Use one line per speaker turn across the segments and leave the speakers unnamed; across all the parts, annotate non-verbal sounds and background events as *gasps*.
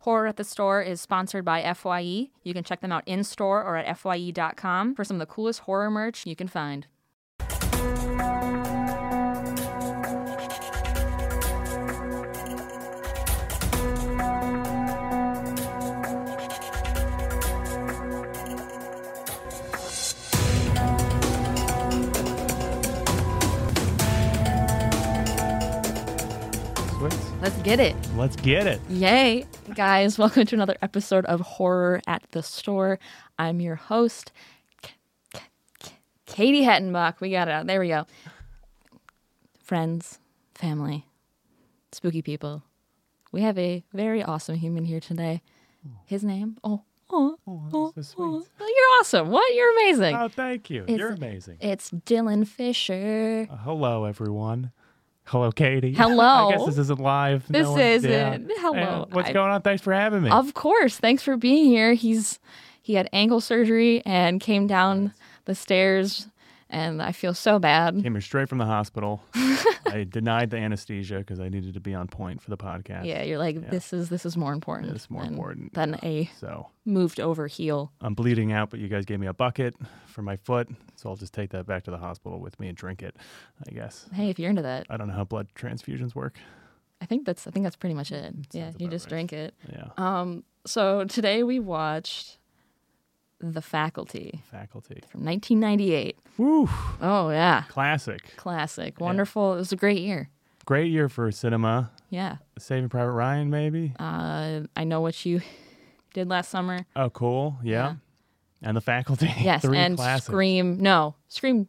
Horror at the Store is sponsored by FYE. You can check them out in store or at FYE.com for some of the coolest horror merch you can find.
Sweet.
Let's get it.
Let's get it.
Yay! Guys, *laughs* welcome to another episode of Horror at the Store. I'm your host, K- K- K- Katie Hettenbach. We got it out. There we go. Friends, family, spooky people. We have a very awesome human here today. His name? Oh, oh,
Oh, that's so sweet.
oh, you're awesome. What? You're amazing.
Oh, thank you. You're amazing.
It's Dylan Fisher.
Uh, hello, everyone. Hello, Katie.
Hello.
I guess this isn't live.
This
one-
isn't.
yeah.
Hello.
Yeah, what's
I-
going on? Thanks for having me.
Of course. Thanks for being here. He's he had ankle surgery and came down the stairs and I feel so bad.
Came here straight from the
*laughs*
hospital. I denied the anesthesia because I needed to be on point for the podcast.
Yeah, you're like this is this is more important.
It's more
than,
important.
than a
So
moved over heel.
I'm bleeding out, but you guys gave me a bucket for my foot. So I'll just take that back to the hospital with me and drink it, I guess.
Hey, if you're into that,
I don't know how blood transfusions work.
I think that's I think that's pretty much it. yeah, you
about
just
right.
drink it.
Yeah.
Um so today we watched The Faculty
Faculty.
from 1998.
Woo.
Oh yeah,
Classic.
classic. Wonderful. It was a great year.
Great year for cinema.
Yeah.
Saving Private Ryan, maybe.
Uh I know what you *laughs* did last summer.
oh, cool. Yeah. And the faculty.
Yes,
*laughs* Three
and
classics.
Scream. No, Scream.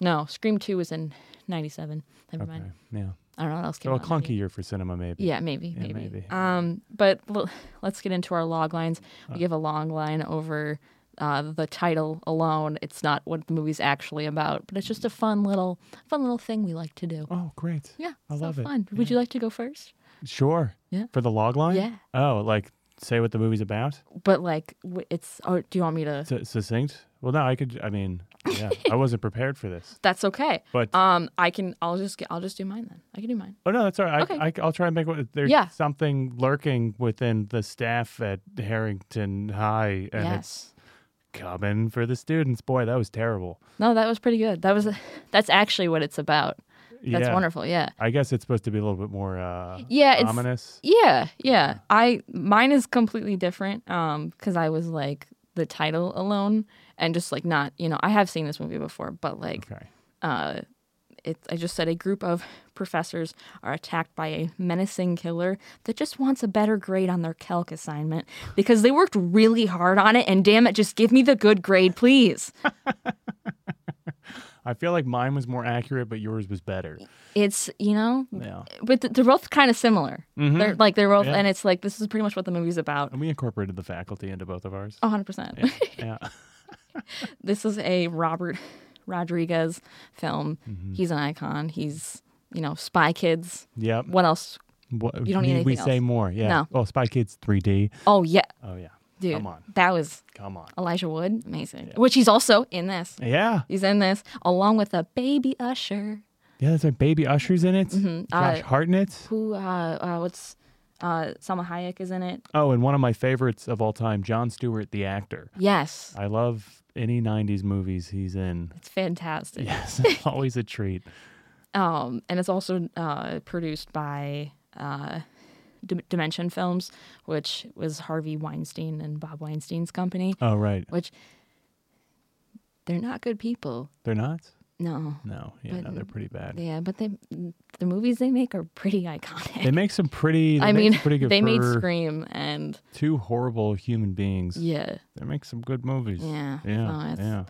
No, Scream Two was in '97. Never
Okay.
mind.
Uh, Yeah.
I don't know what else came
So a
out. in that
clunky
year.
year for cinema, maybe.
Yeah, maybe,
Yeah,
maybe.
maybe.
Um, but l- let's get into our log lines. We give a long line over uh, the title alone. It's not what the movie's actually about, but it's just a fun little, fun little thing we like to do.
Oh, great.
Yeah,
I
so
love it.
fun. Would you like to go first?
Sure.
Yeah.
For the log line?
Yeah.
Oh, like say what the movie's about?
But like, w- it's. Oh, do you want me to?
S- succinct? Well, no, I could, I mean, yeah,
*laughs*
I wasn't prepared for this.
That's okay.
But,
Um, I can. I'll just. I'll just do mine then. I can do mine.
oh, no, that's all right.
okay.
I, I, will try and make what there's
Yeah.
something lurking within the staff at Harrington High, and
yes.
it's coming for the students. Boy, that was terrible.
No, that was pretty good. That was *laughs* that's actually what it's about. That's
yeah.
wonderful. Yeah.
I guess it's supposed to be a little bit more uh,
Yeah, it's-
ominous.
Yeah, yeah. I mine is completely different um cuz I was like the title alone and just like not, you know, I have seen this movie before, but like
Okay.
uh it I just said a group of professors are attacked by a menacing killer that just wants a better grade on their calc assignment because they worked really hard on it and damn it just give me the good grade please. *laughs*
I feel like mine was more accurate, but yours was better.
It's, you know,
Yeah.
but th- they're both kind of similar. They're like they're both,
Mm-hmm. Yeah.
and it's like this is pretty much what the movie's about.
And we incorporated the faculty into both of
*laughs*
ours.
100 percent.
Yeah.
This is a Robert Rodriguez film.
Mm-hmm.
He's an icon. He's you know Spy Kids.
yep.
What else?
What,
You don't need
need we
anything
say
else.
more. Yeah.
No.
Oh, Spy Kids 3D.
Oh yeah,
Oh, yeah.
dude,
Come on.
that was
Come on.
Elijah Wood, amazing. Which he's also in this.
Yeah.
He's in this along with a baby Usher
Yeah, that's right. Baby Usher's in it. Josh
Uh,
Hartnett.
who uh, uh what's uh Salma Hayek is in it.
Oh, and one of my favorites of all time, John Stewart, the actor.
Yes,
I love any 90s movies he's in. *laughs*
it's fantastic. *laughs*
Yes. Always a treat.
um, and it's also uh, produced by uh, D- Dimension Films, which was Harvey Weinstein and Bob Weinstein's company.
Oh, right.
Which they're not good people.
They're not?
No,
No. Yeah,
But-
no, they're pretty bad.
yeah, but they the movies they make are pretty iconic.
They make some pretty. They
*laughs* I
make
mean,
some pretty good
they made
for
Scream, and
two horrible human beings.
yeah,
They make some good movies.
Yeah.
yeah,
So it's-
yeah.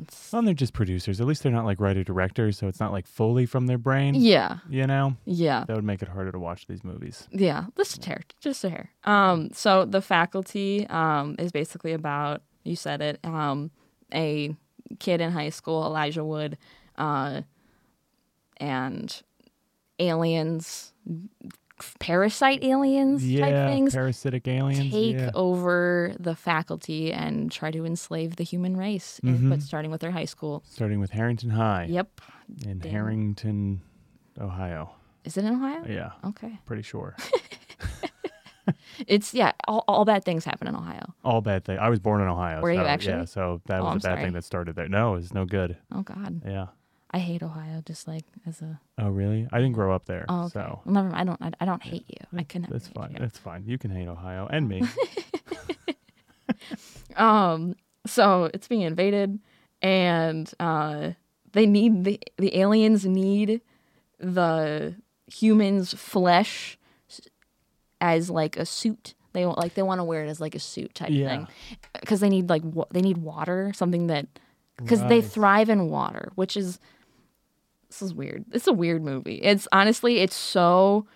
it's,
Well, and they're just producers. At least they're not like writer directors, so it's not like fully from their brain.
yeah,
You know,
yeah.
that would make it harder to watch these movies.
Yeah, just a hair, just a hair. Um, so the faculty um is basically about you said it um a kid in high school, Elijah Wood, uh, and aliens, parasite aliens
Yeah,
type things
parasitic aliens.
take
yeah.
over the faculty and try to enslave the human race, and-
Mm-hmm.
but starting with their high school.
Starting with Harrington High
Yep,
in Harrington, Ohio.
is it in Ohio?
Yeah,
Okay.
pretty sure.
It's yeah, all, all bad things happen in Ohio.
All bad thing. I was born in Ohio.
Were you
so, Yeah,
actually?
so that
Oh,
was
I'm
a bad
sorry.
thing that started there. No, it's no good.
Oh God,
Yeah.
I hate Ohio. Just like as a
Oh, really? I didn't grow up there.
oh, okay.
So
Well, never mind. I don't. I, I don't hate you. I couldn't.
that's fine. That's fine. You can hate Ohio and
*laughs*
me.
Um. So it's being invaded, and uh, they need the the aliens need the humans' flesh s- as like a suit. They want like they want to wear it as like a suit type
Yeah.
thing, because they need like wa- they need water, something that because they
Right.
thrive in water, which is this is weird. It's a weird movie. It's honestly it's so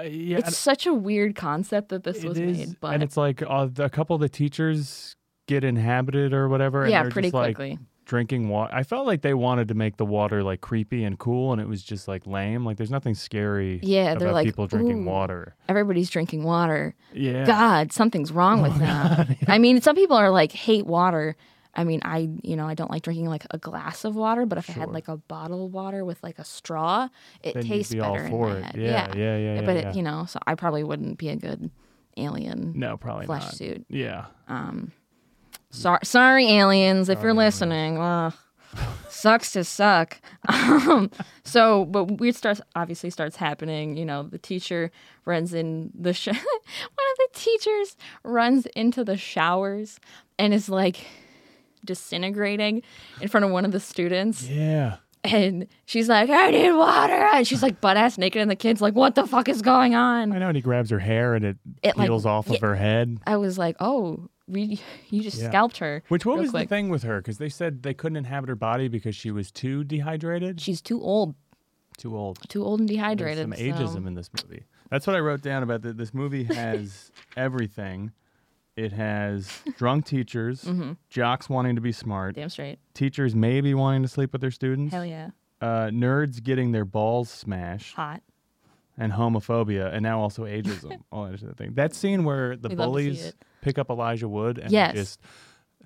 Uh, yeah.
it's such a weird concept that this
It
was
is,
made, but
and it's like uh, a couple of the teachers get inhabited or whatever.
yeah,
and they're
pretty
just, like,
quickly.
drinking water. I felt like they wanted to make the water like creepy and cool, and it was just like lame. Like there's nothing scary.
Yeah, they're
about
like,
people drinking
"Ooh."
water.
Everybody's drinking water.
Yeah. Oh,
God, something's wrong with them. I mean, some people are like hate water. I mean, I you know I don't like drinking like a glass of water, but if I had
Sure.
like a bottle of water with like a straw, it
Then you'd
tastes
be all
better in
for
my
it.
head.
Yeah, yeah, yeah, yeah,
but
yeah.
It, you know, so I probably wouldn't be a good alien
No, probably
flesh
not.
suit.
Yeah.
Sorry, sorry, aliens, if you're listening. Ugh. Sucks to suck. *laughs* Um, so, but weird starts obviously starts happening. You know, the teacher runs in the sh- *laughs* one of the teachers runs into the showers and is like disintegrating in front of one of the students,
Yeah.
and she's like, "I need water," and she's like butt ass naked, and the kid's like, "What the fuck is going on?"
I know, and he grabs her hair and it,
It, like,
peels off of her head.
I was like, "Oh, we, you just
Yeah.
scalped her."
Which what
real
was
quick.
the thing with her? Because they said they couldn't inhabit her body because she was too dehydrated,
She's too old.
too old.
too old and
There's
dehydrated.
some
so-
ageism in this movie. That's what I wrote down about that. This
*laughs*
movie has everything. It has drunk teachers,
Mm-hmm.
jocks wanting to be smart,
Damn straight.
teachers maybe wanting to sleep with their students,
Hell yeah.
uh, nerds getting their balls smashed,
Hot.
and homophobia, and now also
*laughs*
ageism. all that sort of thing. That scene where the
We love to see
bullies
it.
pick up Elijah Wood and
Yes.
just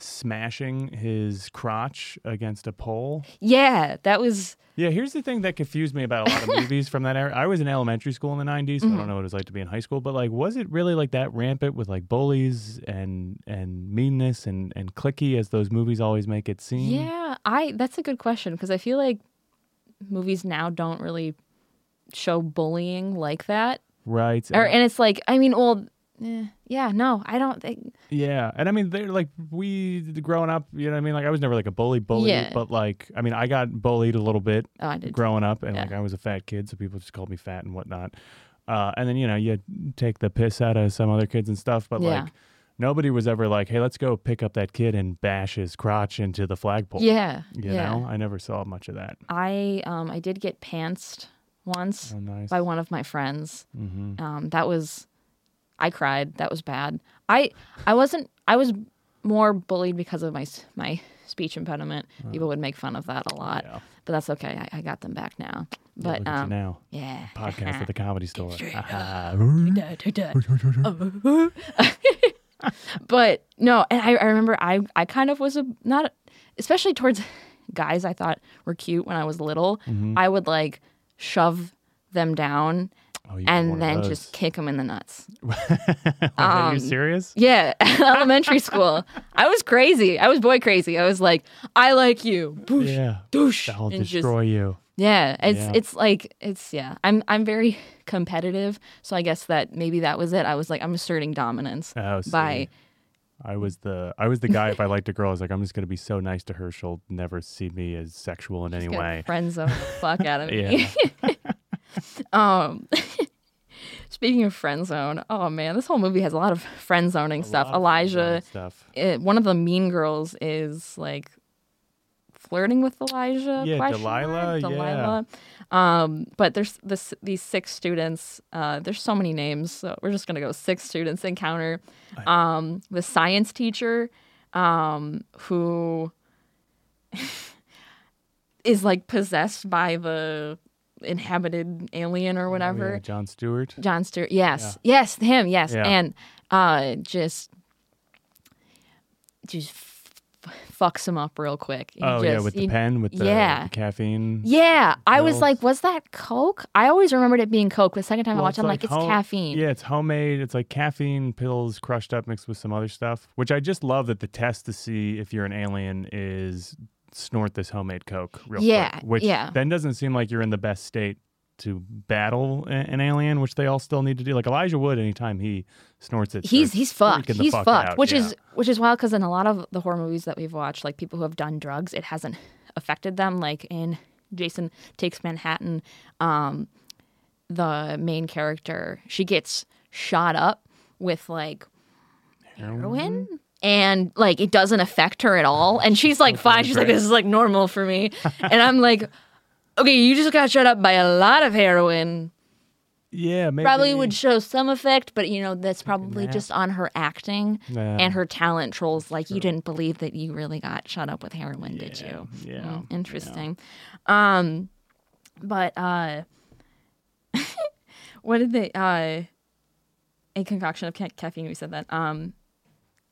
smashing his crotch against a pole.
Yeah, that was
Yeah, here's the thing that confused me about a
*laughs*
lot of movies from that era. I was in elementary school in the 90s, so I don't
Mm-hmm.
know what it was like to be in high school, but like was it really like that rampant with like bullies and and meanness and and clicky as those movies always make it seem?
yeah, I that's a good question because I feel like movies now don't really show bullying like that.
Right.
Or and it's like, I mean, well, eh, yeah, no, I don't think
yeah. And I mean they're like we growing up, you know what I mean? Like I was never like a bully bully,
Yeah.
but like I mean I got bullied a little bit
Oh, I did.
growing up and
Yeah.
like I was a fat kid, so people just called me fat and whatnot. Uh, and then you know you take the piss out of some other kids and stuff, but
Yeah.
like nobody was ever like, "Hey, let's go pick up that kid and bash his crotch into the flagpole."
yeah.
you
yeah.
know, I never saw much of that.
I um I did get pantsed once
Oh, nice.
by one of my friends.
mm-hmm.
Um, that was, I cried. That was bad. I I wasn't. I was more bullied because of my s- my speech impediment. People would make fun of that a lot,
Yeah.
but that's okay. I, I got them back now. But
Look at you
um,
now
yeah.
podcast at
*laughs*
the comedy store. Ah-ha.
Da, da, da. Oh. *laughs* but no, and I, I remember I I kind of was a not especially towards guys I thought were cute when I was little.
Mm-hmm.
I would like shove them down
*laughs* Oh, you were one
and
of
then
those.
just um, kick them in the nuts.
*laughs* Are
*laughs*
you serious?
Yeah,
*laughs*
elementary school. I was crazy. I was boy crazy. I was like, I like you. Boosh,
Yeah,
doosh.
I'll
and just-
destroy you.
yeah, it's
Yeah.
it's like it's yeah. I'm I'm very competitive, so I guess that maybe that was it. I was like, I'm asserting dominance
Oh, see.
by
I was the I was the guy. if I liked a girl, I was like, I'm just gonna be so nice to her. She'll never see me as sexual in any way.
friends the fuck out *laughs*
*laughs*
of me.
Yeah.
Um, speaking of friend zone, oh man, this whole movie has a lot of friend zoning stuff.
lot of
Elijah,
stuff. Oh,
it, one of the mean girls is like flirting with Elijah.
Yeah,
question
Delilah,
mark?
yeah.
Delilah. Um, but there's this these six students. Uh, there's so many names, so we're just gonna go six students encounter. Um, the science teacher, um, who *laughs* is like possessed by the inhabited alien or
Oh, yeah,
whatever.
John Stewart.
John Stewart. Yes, yes, him. Yes,
Yeah.
and uh, just, just f- fucks him up real quick. He
Oh yeah,
just-
with the
he-
pen, with the,
yeah.
the caffeine.
Yeah, I was
pills.
like, was that Coke? I always remembered it being Coke. The second time
Well,
I watched, it, I'm like, it's
home-
caffeine.
Yeah, it's homemade. It's like caffeine pills crushed up mixed with some other stuff, which I just love that the test to see if you're an alien is snort this homemade Coke real
Yeah,
quick. Which
yeah.
then doesn't seem like you're in the best state to battle a- an alien, which they all still need to do. Like Elijah Wood, anytime he snorts it,
He's
they're
he's fucked.
freaking the
He's
fuck
fucked,
out,
which
yeah.
is which is wild because in a lot of the horror movies that we've watched, like people who have done drugs, it hasn't affected them. Like in Jason Takes Manhattan, um, the main character she gets shot up with like heroin.
Mm-hmm.
And like it doesn't affect her at all, and she's like fine. She's like, "This is like normal for
*laughs*
me," and I'm like, "Okay, you just got shot up by a lot of heroin,
yeah, maybe
probably would show some effect, but you know, that's probably
nap.
just on her acting
Yeah.
and her talent trolls. Like, you didn't believe that you really got shut up with heroin, did
Yeah,
you?
yeah,
Mm,
yeah.
interesting. Um, but uh, *laughs* what did they? Uh, a concoction of ca- caffeine. We said that. Um,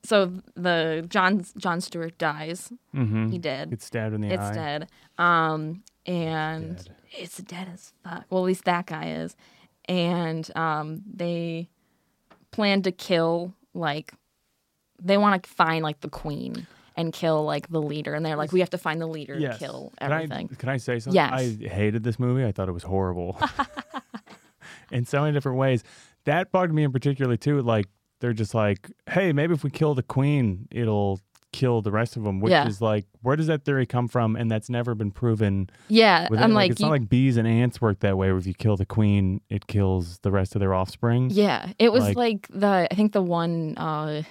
so the John John Stewart dies.
Mhm.
He did.
Gets stabbed in the
It's
eye.
dead. Um, and it's
dead.
dead. as fuck. Well, at least that guy is. And um, they plan to kill like they want to find like the queen and kill like the leader. And they're like, we have to find the leader
Yes.
to kill
Can I-
everything.
*laughs* Can I, say something?
Yes.
I hated this movie. I thought it
*laughs*
was horrible *laughs* in so many different ways. That bugged me in particular too. Like they're just like, hey, maybe if we kill the queen, it'll kill the rest of them. Which
Yeah.
is like, where does that theory come from? And that's never been proven.
yeah,
with
I'm
it.
like,
it's
you-
not like bees and ants work that way. Where if you kill the queen, it kills the rest of their offspring.
Yeah, it was
Like-
like, the I think the one uh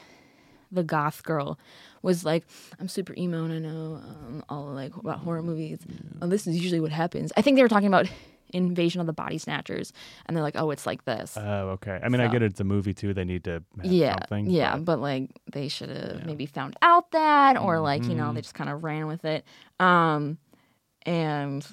the goth girl was like, I'm super emo and I know um, all like about horror movies. Oh, this is usually what happens. I think they were talking about Invasion of the Body Snatchers, and they're like, oh, it's like this.
Oh, okay. I mean, I
So-
get it. It's a movie too. They need to have
yeah,
something.
yeah, but, like they should have maybe found out that, or like you
Mm-hmm.
know they just kind of ran with it, um, and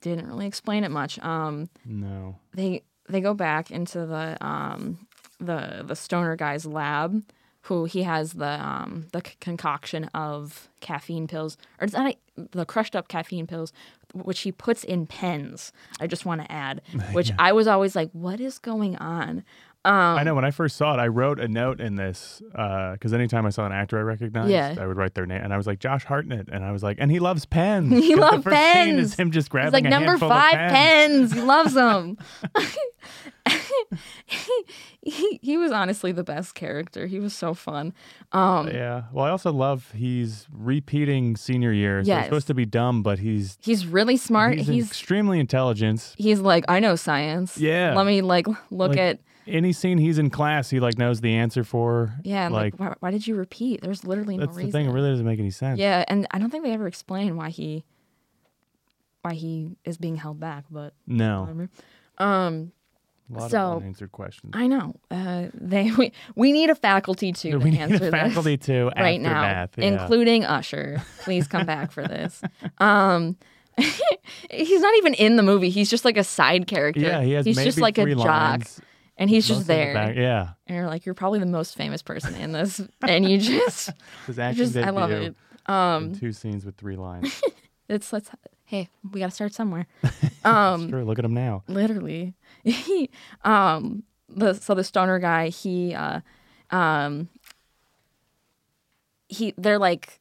didn't really explain it much. Um,
but No.
they they go back into the um the the stoner guy's lab who he has the um the c- concoction of caffeine pills or it's not the crushed up caffeine pills which he puts in pens i just want to
*laughs*
add which i was always like what is going on
I know when I first saw it, I wrote a note in this because anytime I saw an actor I recognized,
Yeah.
I would write their name, and I was like Josh Hartnett, and I was like, and
*laughs*
he loves pens.
He
'Cause the
loved
first Scene is
pens.
him just grabbing
He's like
a
number
handful
five
of pens.
pens. He
*laughs*
loves them. *laughs* he, he was honestly the best character. He was so fun. Um,
Yeah. Well, I also love he's repeating senior year. So he's
Yes.
supposed to be dumb, but he's
he's really smart.
he's,
he's
extremely intelligent.
he's like, I know science.
Yeah.
Let me like look
Like-
at
Any scene he's in class, he like knows the answer for.
yeah. and,
Like
Like, why, why did you repeat? There's literally no
that's the
reason.
thing. It really doesn't make any sense.
Yeah, and I don't think they ever explain why he why he is being held back. But
No.
whatever. Um,
A lot
So-
of unanswered questions.
I know. Uh, *laughs* they we, we need a faculty too.
*laughs* we
to
need
answer this.
a faculty to
*laughs* right now,
aftermath. Yeah.
including Usher. Please come back for this. Um, *laughs* he's not even in the movie. He's just like a side character.
yeah, he has
he's
maybe
just like
three
a jock,
lines.
and he's just
Mostly the
there.
back- Yeah.
and you're like, you're probably the most famous person in this, and you just,
His
I
acting
just, I love
debut
it. Um,
in two scenes with
*laughs*
three lines.
it's let's, hey, we gotta start somewhere. um,
It's true. Look at him now.
Literally, *laughs* he, um, the so the stoner guy, he, uh, um, he, they're like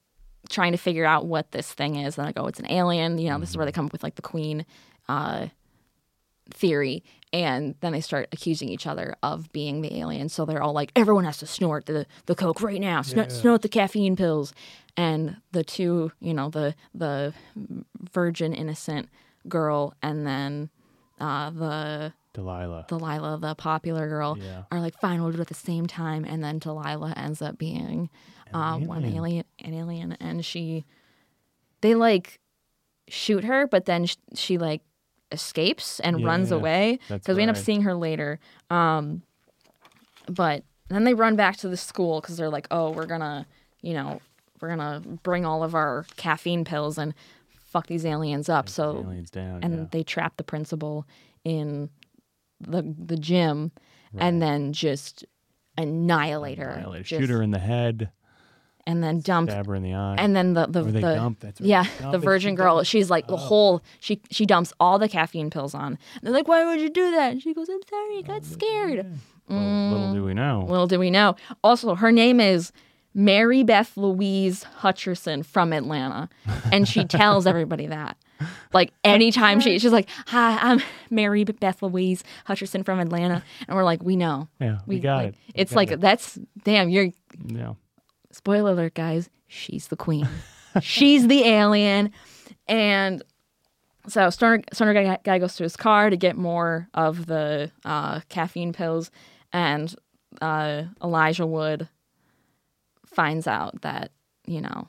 trying to figure out what this thing is, and like, oh, it's an alien. You know, this is where they come up with like the queen, uh, theory and then they start accusing each other of being the alien so they're all like everyone has to snort the, the coke right now snort, snort the caffeine pills and the two you know the the virgin innocent girl and then uh, the
Delilah.
delilah the popular girl
Yeah.
are like fine we'll do it at the same time and then delilah ends up being uh, one
alien.
alien an alien and she they like shoot her but then she, she like escapes and runs
Yeah,
away
that's
because we end up
right.
seeing her later um but then they run back to the school because they're like oh we're gonna you know we're gonna bring all of our caffeine pills and fuck these aliens up so
Aliens down.
and they trap the principal in the the gym and then just annihilate her.
yeah. Delilah.
Just-
Shoot her in the head.
and then dumped
Stab her in the eye.
and then the the,
Or they
the
dump, that's right,
yeah
they dump Oh.
the
and she
virgin girl
dumps.
she's like the whole she she dumps all the caffeine pills on and they're like why would you do that and she goes i'm sorry i
Oh,
got scared
Well, little
mm,
do we know.
little do we know also her name is mary beth louise hutcherson from atlanta and
*laughs*
she tells everybody that like anytime she she's like hi i'm *laughs* mary beth louise hutcherson from atlanta and we're like we know
yeah, we, got
like,
it. We
it's
got
like
it.
that's damn you're
yeah.
spoiler alert, guys, she's the queen. she's the alien. And so Stoner, Stoner guy, guy goes to his car to get more of the uh, caffeine pills. And uh, Elijah Wood finds out that, you know,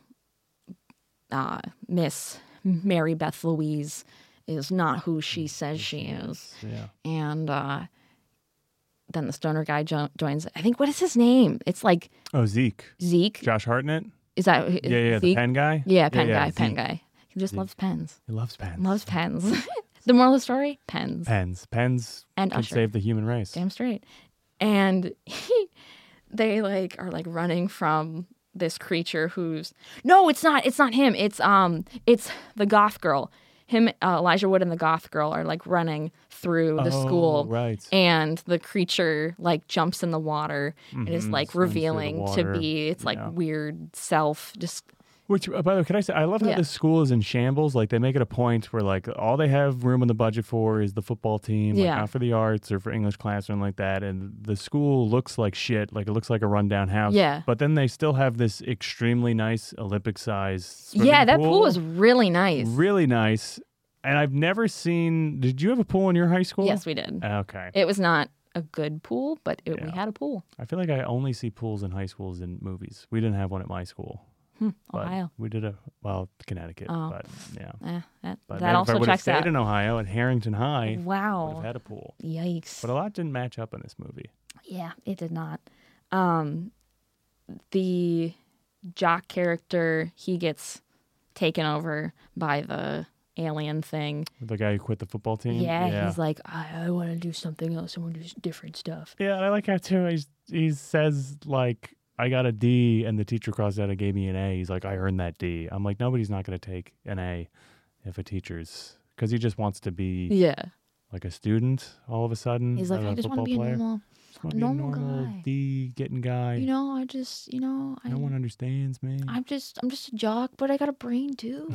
uh, Miss Mary Beth Louise is not who she says she is.
Yeah.
And uh, then the stoner guy jo- joins. I think, what is his name? It's like
Oh, Zeke.
Zeke.
Josh Hartnett.
Is that is
Yeah, yeah, the
Zeke?
pen guy.
Yeah, pen
yeah,
guy, pen
Zeke.
guy. He just loves pens.
He loves pens.
Loves pens. *laughs* the moral of the story: pens.
pens. Pens
And
can
Usher.
save the human race.
Damn straight. And he, they like are like running from this creature who's no, it's not. It's not him. It's um, it's the goth girl. Him, uh, Elijah Wood, and the goth girl are like running through the
Oh,
school.
Right.
And the creature like jumps in the water and is
Mhm,
like
swims through the
revealing to
water.
be its like
Yeah.
weird self. Just
Which, uh, by the way, can I say, I love how
Yeah.
this school is in shambles. Like, they make it a point where, like, all they have room in the budget for is the football team, like,
Yeah.
not for the arts or for English class or anything like that. And the school looks like shit. Like, it looks like a rundown house.
Yeah.
But then they still have this extremely nice Olympic size.
yeah, that pool is really nice.
really nice. And I've never seen. Did you have a pool in your high school? Ah,
Yes, we did.
Okay.
It was not a good pool, but it, we
Uh, Yeah.
had a pool.
I feel like I only see pools in high schools in movies. We didn't have one at my school. But
Hmm, Ohio.
We did a, well, Connecticut.
Oh.
But yeah.
Eh, that that
But man, if I
also
would have
checks
stayed
out.
in Ohio at Harrington High, would have
Wow.
had a pool.
Yikes.
But a lot didn't match up in this movie.
yeah, it did not. Um, the jock character, he gets taken over by the alien thing.
The guy who quit the football team.
Yeah,
yeah.
he's like, I, I want to do something else. I want to do s- different stuff.
Yeah, and I like how too. He's, he says like, "I got a D," and the teacher crossed out and gave me an A. He's like, "I earned that D." I'm like, nobody's not going to take an A if a teacher's because he just wants to be
Yeah.
like a student all of a sudden.
He's like,
not
I
a
just want to
football
be a
player.
normal,
Just wanna be a
normal guy.
D getting guy.
you know, I just, you know, I,
no one understands me. *laughs*
I'm just, I'm just a jock, but I got a brain too.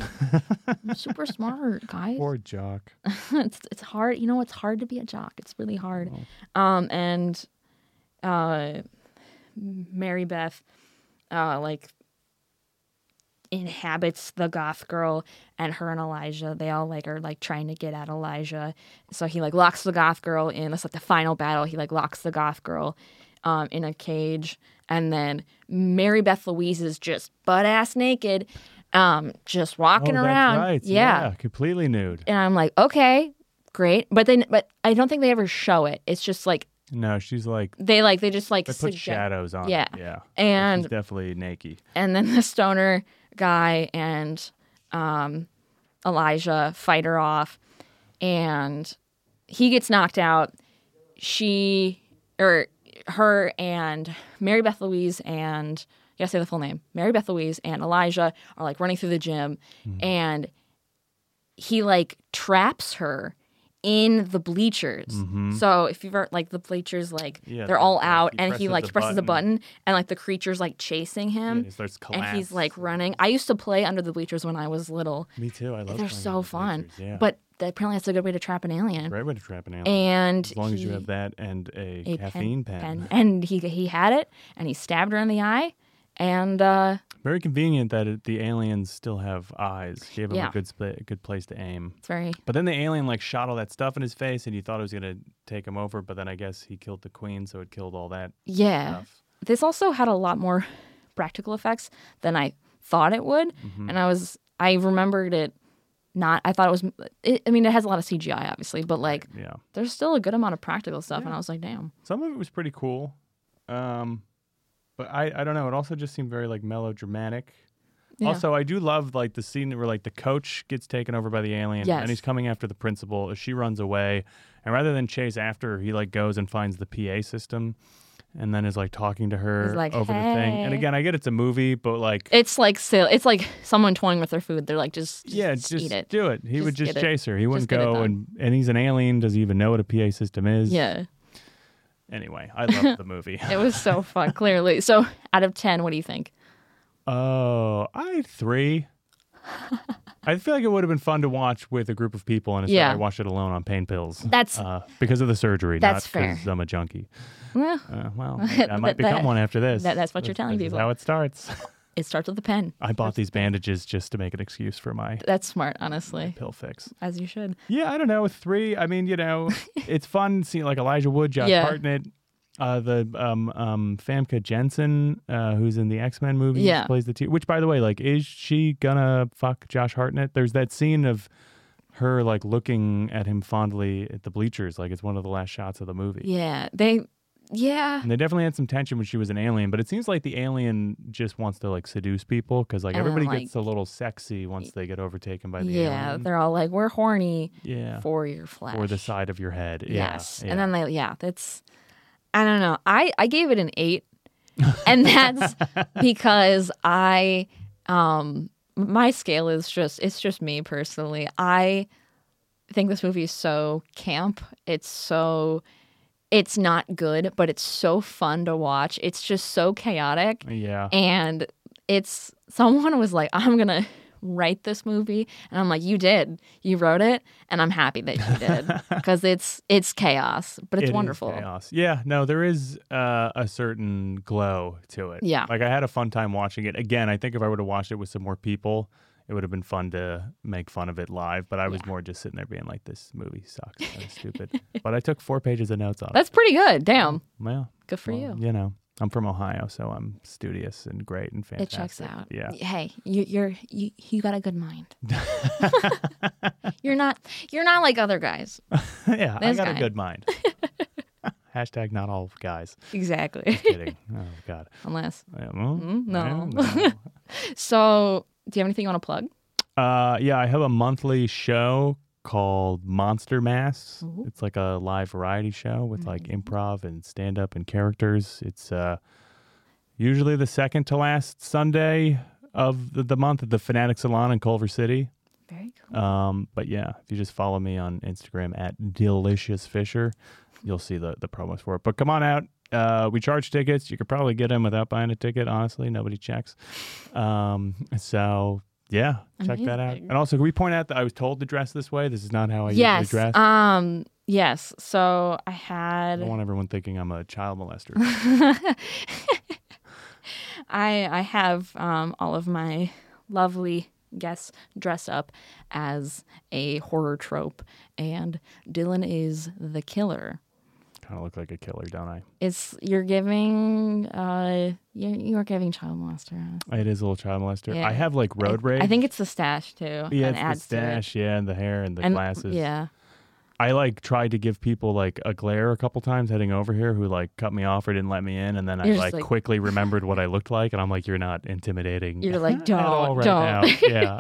I'm super
*laughs*
smart, guys.
Poor jock.
*laughs* it's it's hard. You know, it's hard to be a jock. It's really hard.
Well.
Um, and uh, Mary Beth, uh, like inhabits the goth girl and her and Elijah they all like are like trying to get at Elijah so he like locks the goth girl in that's like the final battle he like locks the goth girl um in a cage and then Mary Beth Louise is just butt ass naked um just walking
oh,
around
That's right.
yeah
completely nude.
and I'm like, okay, great. But then, but I don't think they ever show it. It's just like
No, she's like
they like they just like
they put
suggest-
shadows on.
Yeah.
it. yeah.
And-
she's definitely naked.
and then the stoner guy and um, Elijah fight her off, and he gets knocked out. She or her and Mary Beth Louise and you gotta say the full name. Mary Beth Louise and Elijah are like running through the gym,
Hmm.
and he like traps her in the bleachers. So if you've ever like the bleachers, like
Mm-hmm. Yeah,
they're all
like,
out,
he
and he
presses
like
the
presses a
button.
button, and like the creatures like chasing him
and he starts collapsing.
and he's like running. I used to play under the bleachers when I was little.
Me too. I love.
They're
playing
so
with
fun,
bleachers, Yeah.
but that, apparently that's a good way to trap an alien.
great way to trap an alien.
And
as long as you
he-
have that and a,
a pen-
caffeine pen,
pen. and he he had it, and he stabbed her in the eye, and uh,
Very convenient that it, the aliens still have eyes. Gave him
Yeah.
a good sp- good place to aim.
it's very
But then the alien like shot all that stuff in his face, and you thought it was gonna take him over. But then I guess he killed the queen, so it killed all that
yeah.
stuff.
This also had a lot more practical effects than I thought it would,
Mm-hmm.
and I was I remembered it not. I thought it was. It, I mean, it has a lot of CGI, obviously, but like
Yeah.
there's still a good amount of practical stuff, and I was like, damn.
Some of it was pretty cool. Um, but I, I don't know. It also just seemed very like melodramatic.
Yeah.
Also, I do love like the scene where like the coach gets taken over by the alien
Yes.
and he's coming after the principal. She runs away, and rather than chase after her, he like goes and finds the PA system and then is like talking to her
He's like,
over the thing. And
"Hey."
again, I get it's a movie, but like,
It's like sil- it's like someone toying with their food. They're like, just, just
yeah, just
eat it.
do it. He would
Just
just
get it.
chase her. He wouldn't
get it
go,
done.
and and he's an alien. Does he even know what a PA system is?
Yeah,
Anyway, I love the
*laughs*
movie.
it was so fun. Clearly, so out of ten, what do you think?
Oh, I
*laughs*
had three. I feel like it would have been fun to watch with a group of people, and instead
Yeah.
I watched it alone on pain pills.
That's-
uh, because of the surgery,
That's
not
fair.
because I'm a junkie.
Well,
Uh,
*laughs*
well, I I
That- that-
might become one after this.
that- that's what you're
This-
telling
this is
people.
how
*laughs*
it starts.
it starts with a pen.
I bought these bandages just to make an excuse for my
That's smart, honestly,
pill fix.
as you should.
Yeah, I don't know. With three, I mean,
*laughs*
you know, it's fun seeing like Elijah Wood, Josh
Yeah.
Hartnett, uh, the um, um, Famke Jensen, uh, who's in the X Men movies,
Yeah.
plays the two. Which, by the way, like, is she gonna fuck Josh Hartnett? There's that scene of her like looking at him fondly at the bleachers, like it's one of the last shots of the movie.
Yeah, they. Yeah,
And they definitely had some tension when she was an alien, but it seems like the alien just wants to like seduce people because like
And,
everybody
like-
gets a little sexy once they get overtaken by the
yeah.
alien.
They're all like, we're horny
Yeah.
for your flash.
Or the side of your head. Yeah,
Yes.
yeah.
And then they, yeah, that's, I don't know. I, I gave it an
*laughs*
eight. and that's because I, um, my scale is just, it's just me personally. I think this movie is so camp. It's so, it's not good, but it's so fun to watch. It's just so chaotic.
Yeah.
And it's someone was like, I'm gonna write this movie, and I'm like, you did, you wrote it, and I'm happy that you did
*laughs*
because it's it's chaos, but
It
it's
is
wonderful.
chaos. Yeah, no, there is uh, a certain glow to it.
Yeah.
Like I had a fun time watching it. Again, I think if I would have watched it with some more people, it would have been fun to make fun of it live, but I was more just sitting there being like, this movie sucks. That was
*laughs*
stupid. but I took four pages of notes on it.
That's pretty good. Damn,
Well,
good for
well,
you.
You know, I'm from Ohio, so I'm studious and great and
It
fantastic.
checks out.
Yeah.
Hey, you, you're you, you got a good mind. you're not you're not like other guys.
*laughs* yeah, I
This
got a
guy. *laughs*
good mind. *laughs* Hashtag not all guys.
Exactly. *laughs*
Kidding. Oh, God.
Unless.
Yeah, well,
Mm,
yeah,
no. So, do you have anything you want to plug?
Uh, yeah, I have a monthly show called Monster Mass. It's like a live variety show with like improv and stand up and characters. It's uh, usually the second to last Sunday of the, the month at the Fanatic Salon in Culver City.
Very cool.
Um, but yeah, if you just follow me on Instagram at Delicious Fisher, you'll see the, the promos for it. But come on out. Uh, we charge tickets. You could probably get them without buying a ticket. Honestly, nobody checks. Um, so yeah, check that out.
Amazing.
And also, can we point out that I was told to dress this way? This is not how I
Yes.
usually dress.
Um. Yes. So I
I
had.
don't want everyone thinking I'm a
*laughs*
child molester.
I I have um, all of my lovely guests dress up as a horror trope, and Dylan is the killer.
kind of look like a killer, don't I?
It's you're giving uh you you're giving child monster.
It is a little child molester.
Yeah.
I have like road rage.
I think it's the stash too.
yeah,
and
it's the
adds to it.
stash, yeah, and the hair and the
And
glasses.
yeah,
I like tried to give people like a glare a couple times heading over here who like cut me off or didn't let me in, and then I
You're just
like,
like- *laughs*
quickly remembered what I looked like, and I'm like, you're not intimidating. *laughs*
You're like,
at all
"Don't, don't."
now."
*laughs*
Yeah,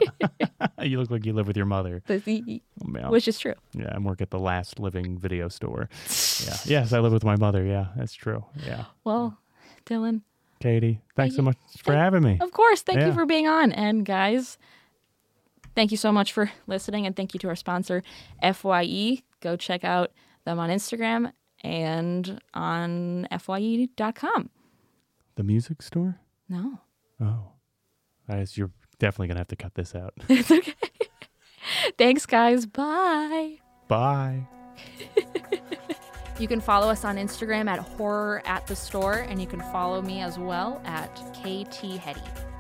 *laughs* you look like you live with your mother.
The- the-
Yeah,
which is true.
yeah, I work at the last living video store.
*laughs*
Yeah, yes, I live with my mother. Yeah, that's true.
*gasps*
Yeah,
Well, Dylan,
Katie, thanks so
you.
much for having me.
Of course. Thank
Yeah.
you for being on. And guys, thank you so much for listening. And thank you to our sponsor, FYE. Go check out them on Instagram and on FYE.com.
The music store.
No.
Oh, I guess you're definitely gonna have to cut this out.
*laughs* Thanks, guys. Bye.
Bye.
You can follow us on Instagram at horror at the store, and you can follow me as well at KT Hetty.